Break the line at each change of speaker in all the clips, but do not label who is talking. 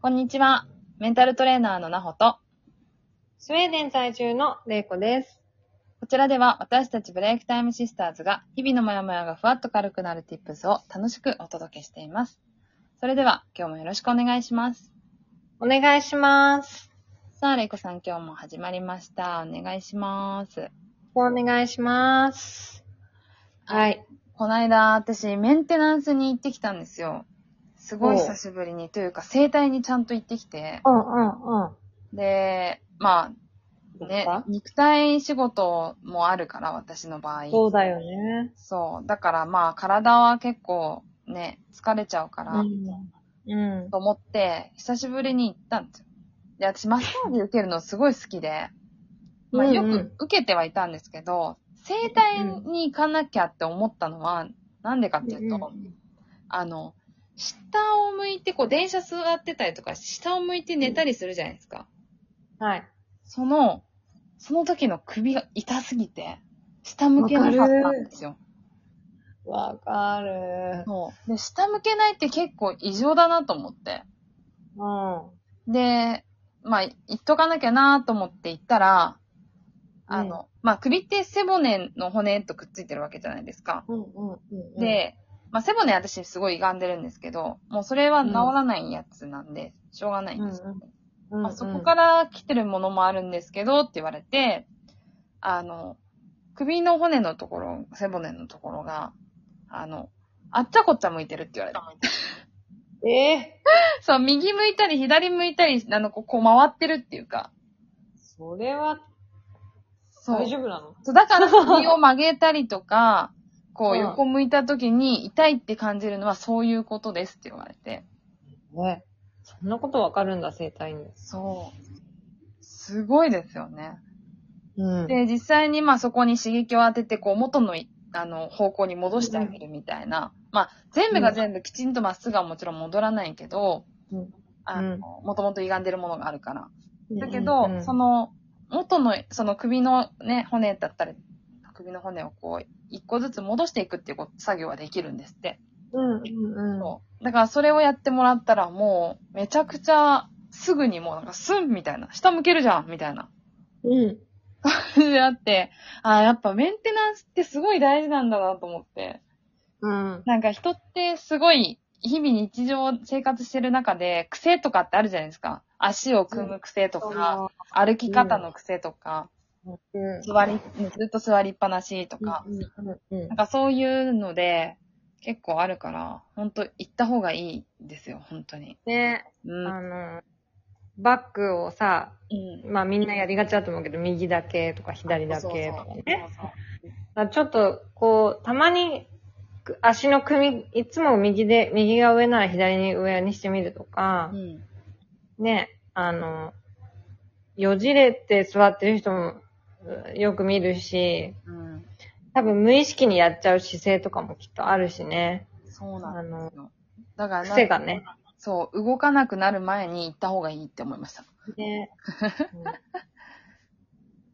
こんにちは。メンタルトレーナーのなほと、
スウェーデン在住のれいこです。
こちらでは私たちブレイクタイムシスターズが日々のモヤモヤがふわっと軽くなる tips を楽しくお届けしています。それでは今日もよろしくお願いします。
お願いします。
さあ、れいこさん今日も始まりました。お願いします。
お願いします。はい。
こないだ私メンテナンスに行ってきたんですよ。すごい久しぶりにというか整体にちゃんと行ってきて、
うんうんうん。
で、まあ
ど
ね
うか、
肉体仕事もあるから私の場合。
そうだよね。
そう。だからまあ、体は結構ね、疲れちゃうから、
うん。うん。
と思って、久しぶりに行ったんですよ。で、私、マッサージ受けるのすごい好き で、まあ、
うんうん
よく受けてはいたんですけど、整体に行かなきゃって思ったのは、なんでかっていうと、あの、下を向いて、こう、電車座ってたりとか、下を向いて寝たりするじゃないですか。
はい。
その、その時の首が痛すぎて、下向けなかったんですよ。
わかる。
そう。で、下向けないって結構異常だなと思って。
うん。
で、まあ、言っとかなきゃなと思って行ったら、あの、まあ、首って背骨の骨とくっついてるわけじゃないですか。
うんうんうん。、、
で、まあ、背骨私すごい歪んでるんですけど、もうそれは治らないやつなんで、しょうがないんですよね。まあ、そこからら来てるものもあるんですけど、って言われて、あの、首の骨のところ、背骨のところが、あの、あっちゃこっちゃ向いてるって言われた。
え
そう、右向いたり左向いたり、あの、こうこう回ってるっていうか。
ー、それは
そう。
大丈夫なの
そうだから首を曲げたりとか、こ
う
うん横向いた時に痛いって感じるのはそういうことですって言われて。
ね。そんなことわかるんだ、生体に。
そう。すごいですよね。
うん
で、実際にまあそこに刺激を当てて、こう元のい、あの、方向に戻してあげるみたいな。まあ、全部が全部きちんとまっすぐはもちろん戻らないけど、
うん
あの、
うん
もともと歪んでるものがあるから。だけ
う
ど、
んうん
その、元の、その首のね、骨だったり、首の骨をこう、一個ずつ戻していくっていうこと作業はできるんですって。
うんうんうん。
そうだからそれをやってもらったらもう、めちゃくちゃ、すぐにもうなんか、スンみたいな、下向けるじゃんみたいな。
うん。
であって、あーやっぱメンテナンスってすごい大事なんだなと思って。
うん。
なんか人ってすごい、日々日常生活してる中で、癖とかってあるじゃないですか。足を組む癖とか、歩き方の癖とか。
うん。
座り、ずっと座りっぱなしとか、
うんうん
なんかそういうので、結構あるから、ほんと行った方がいいですよ、本当に。
ね、
うん。
あの、バッグをさ、
うん。
まあみんなやりがちだと思うけど、右だけとか左だけとかね。だ
そうそう
からちょっと、こう、たまに、く足の組み、いつも右で、右が上なら左に上にしてみるとか
そう。う、ん。
ね、あの、よじれて座ってる人もうよく見るし、
うん。
多分無意識にやっちゃう姿勢とかもきっとあるしね。
そう
あ
なんで
の
す、よ。だから
癖
な、
がね。
そう、動かなくなる前に行った方がいいって思いました。
ね、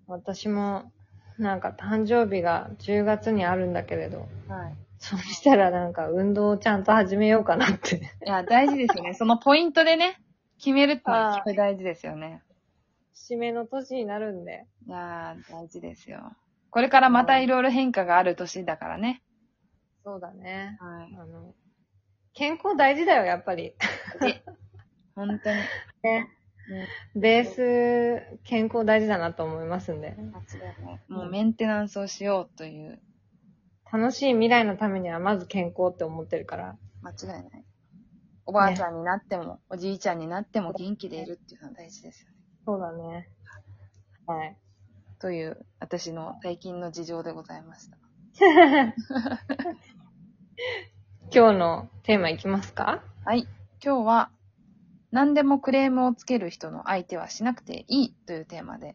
私も、なんか誕生日が10月にあるんだけれど、
はい。
そうしたらなんか運動をちゃんと始めようかなって。
いや、大事です よね。そのポイントでね、決めるってのは
はい
すごい大事ですよね。
節目の年になるんで。
いやー、大事ですよ。これからまたいろいろ変化がある年だからね。
そうだね。
はい。
あの、健康大事だよ、やっぱり。
本当に。
ね。
ね
ベース、健康大事だなと思いますんで。
もうメンテナンスをしようという、
楽しい未来のためにはまず健康って思ってるから。
間違いない。おばあちゃんになっても、おじいちゃんになっても元気でいるっていうのは大事ですよね。
そうだね。はい。
という、私の最近の事情でございました。
今日のテーマいきますか
はい。今日は、何でもクレームをつける人の相手はしなくていいというテーマで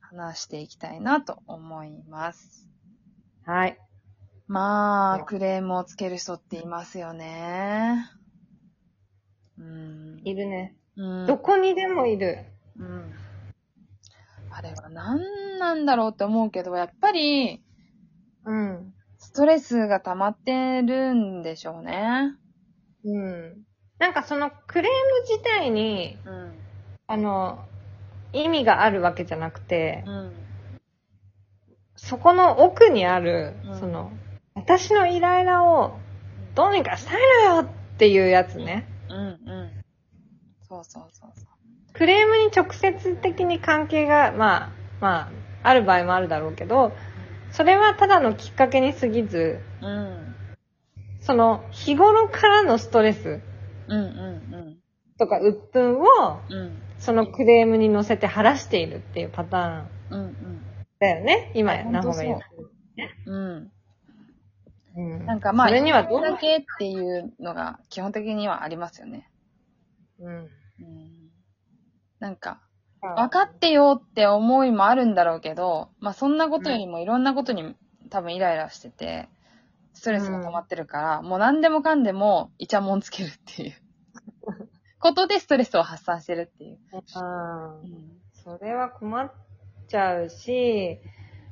話していきたいなと思います。
はい。
まあ
う、ん
クレームをつける人っていますよね。うん。
いるね。
うん
どこにでもいる。
うんあれは何なんだろうって思うけど、やっぱり、
うん。
ストレスが溜まってるんでしょうね。
うん。なんかそのクレーム自体に、
うん。
あの、意味があるわけじゃなくて、
うん。
そこの奥にある、
うん
その、私のイライラをどうにかしたいのよっていうやつね。
うん。うん。そうそうそうそう。
クレームに直接的に関係が、まあ、まあ、ある場合もあるだろうけど、それはただのきっかけに過ぎず、
うん。
その、日頃からのストレス
うんうん
とか鬱憤を、
うん。うん。
そのクレームに乗せて晴らしているっていうパターン
うんうん。
だよね。今
いや
や、なほが言
本うん。
う。うん
なんかまあ、
それにはど
こ
う
れだけっていうのが基本的にはありますよね。
うん。
うん。なんか、分かってよって思いもあるんだろうけど、まあそんなことよりもいろんなことに多分イライラしてて、ストレスが溜まってるから、もう何でもかんでもイチャモンつけるっていうことでストレスを発散してるっていう。
あーそれは困っちゃうし、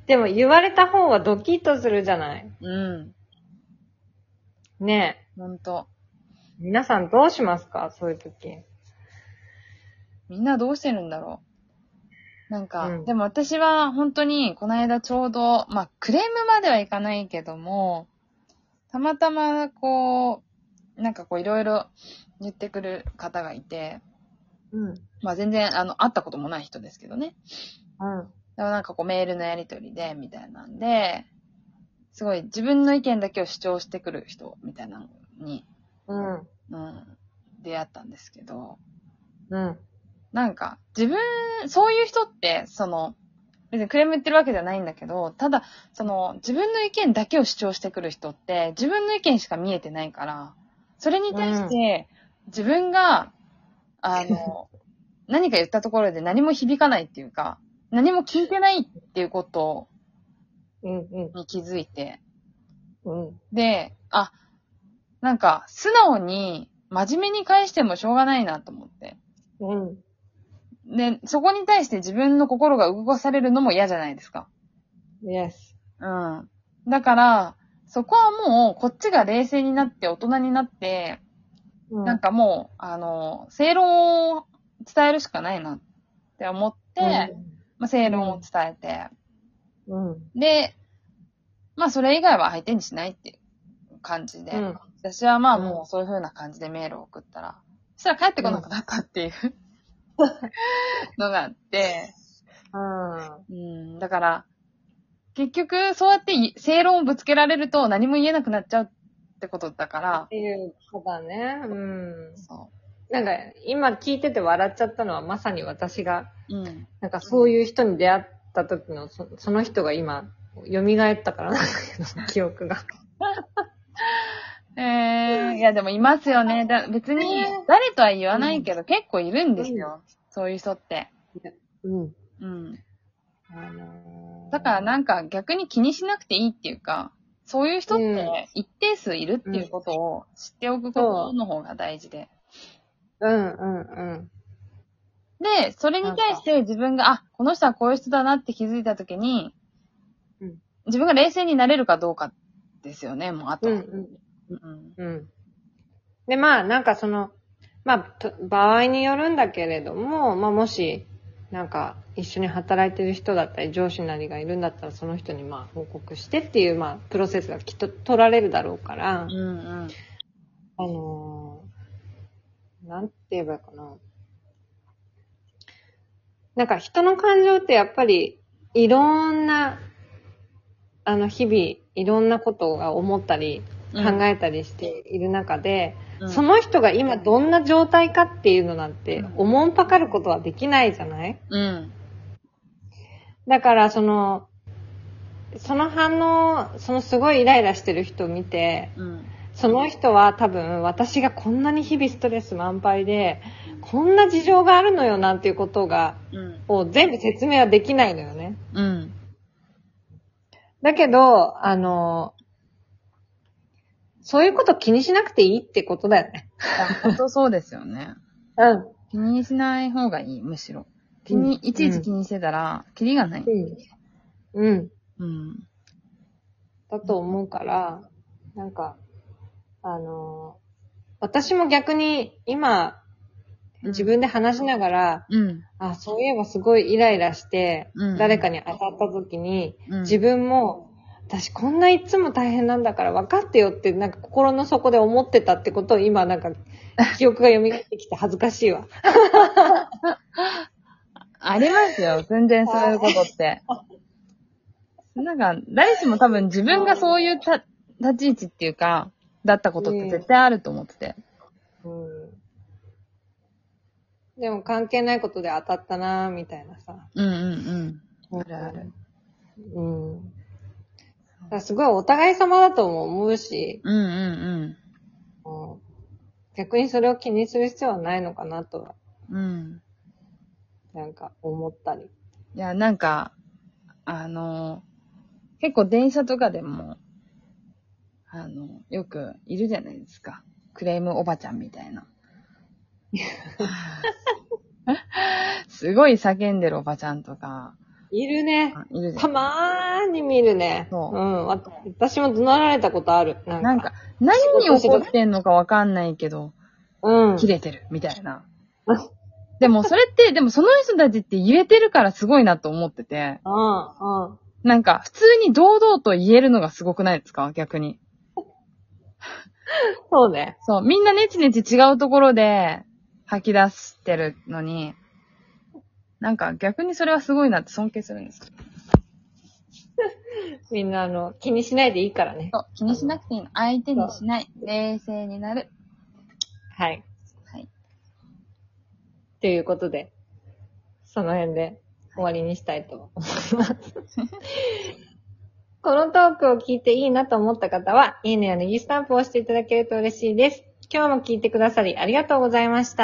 でも言われた方はドキッとするじゃない
うん。
ねえ。
ほんと。
皆さんどうしますかそういう時。
みんなどうしてるんだろう。なんか、
うん
でも私は本当にこの間ちょうど、まあクレームまではいかないけども、たまたまこう、なんかこういろいろ言ってくる方がいて、
うん。うん。
まあ全然、あの、会ったこともない人ですけどね。でもなんかこうメールのやりとりで、みたいなんで、すごい自分の意見だけを主張してくる人、みたいなのに、
うん。
うん、出会ったんですけど、
うん。
なんか、自分、そういう人って、その、別にクレーム言ってるわけじゃないんだけど、ただ、その、自分の意見だけを主張してくる人って、自分の意見しか見えてないから、それに対して、自分が、あの、何か言ったところで何も響かないっていうか、何も聞いてないっていうこと
うん。うん。
に気づいて、
うん。
で、あ、なんか、素直に、真面目に返してもしょうがないなと思って。
うん。
で、そこに対して自分の心が動かされるのも嫌じゃないですか。
Yes.
うん。だから、そこはもう、こっちが冷静になって、大人になって、
うん
なんかもう、あの、正論を伝えるしかないなって思って、まあ、正論を伝えて、
うん。うん。
で、まあ、それ以外は相手にしないっていう感じで、
うん
私はまあ、
うん
もうそういう風な感じでメールを送ったら、そしたら帰ってこなくなったっていう のがあって、
あ
うん、だから、結局、そうやってい正論をぶつけられると何も言えなくなっちゃうってことだか
あ。っ
ら、
ていう方ね。うん。
そ
なんか、今聞いてて笑っちゃったのはまさに私が、
う。うん。
なんかそういう人に出会った時の、そその人が今、蘇ったからなんだけど、記憶が。
えー、いやでもいますよね。だ別に、誰とは言わないけど、結構いるんですよ。そういう人って。
うん。
うん。
あのー
だからなんか逆に気にしなくていいっていうか、そういう人っ
うん
て一定数いるっていうことを知っておくことの方が大事で。
うんうんうん。
で、それに対して自分が、あ、この人はこういう人だなって気づいたときに、
うん
自分が冷静になれるかどうかですよね、もうあと。
うんうん
うん
うん。で、まあ、なんかその、まあ、と場合によるんだけれども、まあ、もし、なんか、一緒に働いてる人だったり、上司なりがいるんだったら、その人に、まあ、報告してっていう、まあ、プロセスがきっと取られるだろうから、
うん
あのーなんて言えばいいかな。なんか、人の感情ってやっぱり、いろんな、あの、日々、いろんなことが思ったり、
うん
考えたりしている中で、
うん。
その人が今どんな状態かっていうのなんて
うん
おもんぱかることはできないじゃない
うん。
だからその、その反応、そのすごいイライラしてる人を見て、
うん。
その人は多分私がこんなに日々ストレス満杯で、こんな事情があるのよなんていうことが、
うん。
を全部説明はできないのよね。
うん。
だけど、あの、そういうこと気にしなくていいってことだよね。
本当そうですよね。
うん。
気にしない方がいい、むしろ。気に、
うん
いちいち気にしてたら、キリがない。
うん。うん。
うん。
だと思うから、なんか、あのー私も逆に今、
うん
自分で話しながら、
うん。
あ、そういえばすごいイライラして、
うん
誰かに当たった時に、
うん
自分も、私こんないつも大変なんだから分かってよって、なんか心の底で思ってたってことを今 なんか、記憶が蘇ってきて恥ずかしいわ。
ありますよ。全然そういうことって。なんか、誰しも多分自分がそういうた立ち位置っていうか、だったことって絶対あると思ってて。
うん。でも関係ないことで当たったなぁみたいなさ。
うんうんうん。あるある。
うん。だからすごいお互い様だとも思うし、
うんうん
うん逆にそれを気にする必要はないのかなとは、
うん。うん。
なんか思ったり。
いや、なんか、あの、結構電車とかでも、あの、よくいるじゃないですか。クレームおばちゃんみたいな。すごい叫んでるおばちゃんとか、
いるね。
いるじゃ
た
ん。
まーに見るね。。
そうん
わ私も怒鳴られたことある。なんか。
なんか、何に怒ってんのかわかんないけど、
うん。
切れてる、みたいな
うん。
でもそれって、でもその人たちって言えてるからすごいなと思ってて、
うん、うん。
なんか普通に堂々と言えるのがすごくないですか逆に。
そうね。
そう、みんなネチネチ違うところで吐き出してるのに、なんか逆にそれはすごいなって尊敬するんですけど。
みんなあの、気にしないでいいからね。
そう、気にしなくていいの。相手にしない。冷静になる。
はい。
はい。
ということで、その辺で終わりにしたいと思います。このトークを聞いていいなと思った方は、いいねやネギスタンプを押していただけると嬉しいです。今日も聞いてくださりありがとうございました。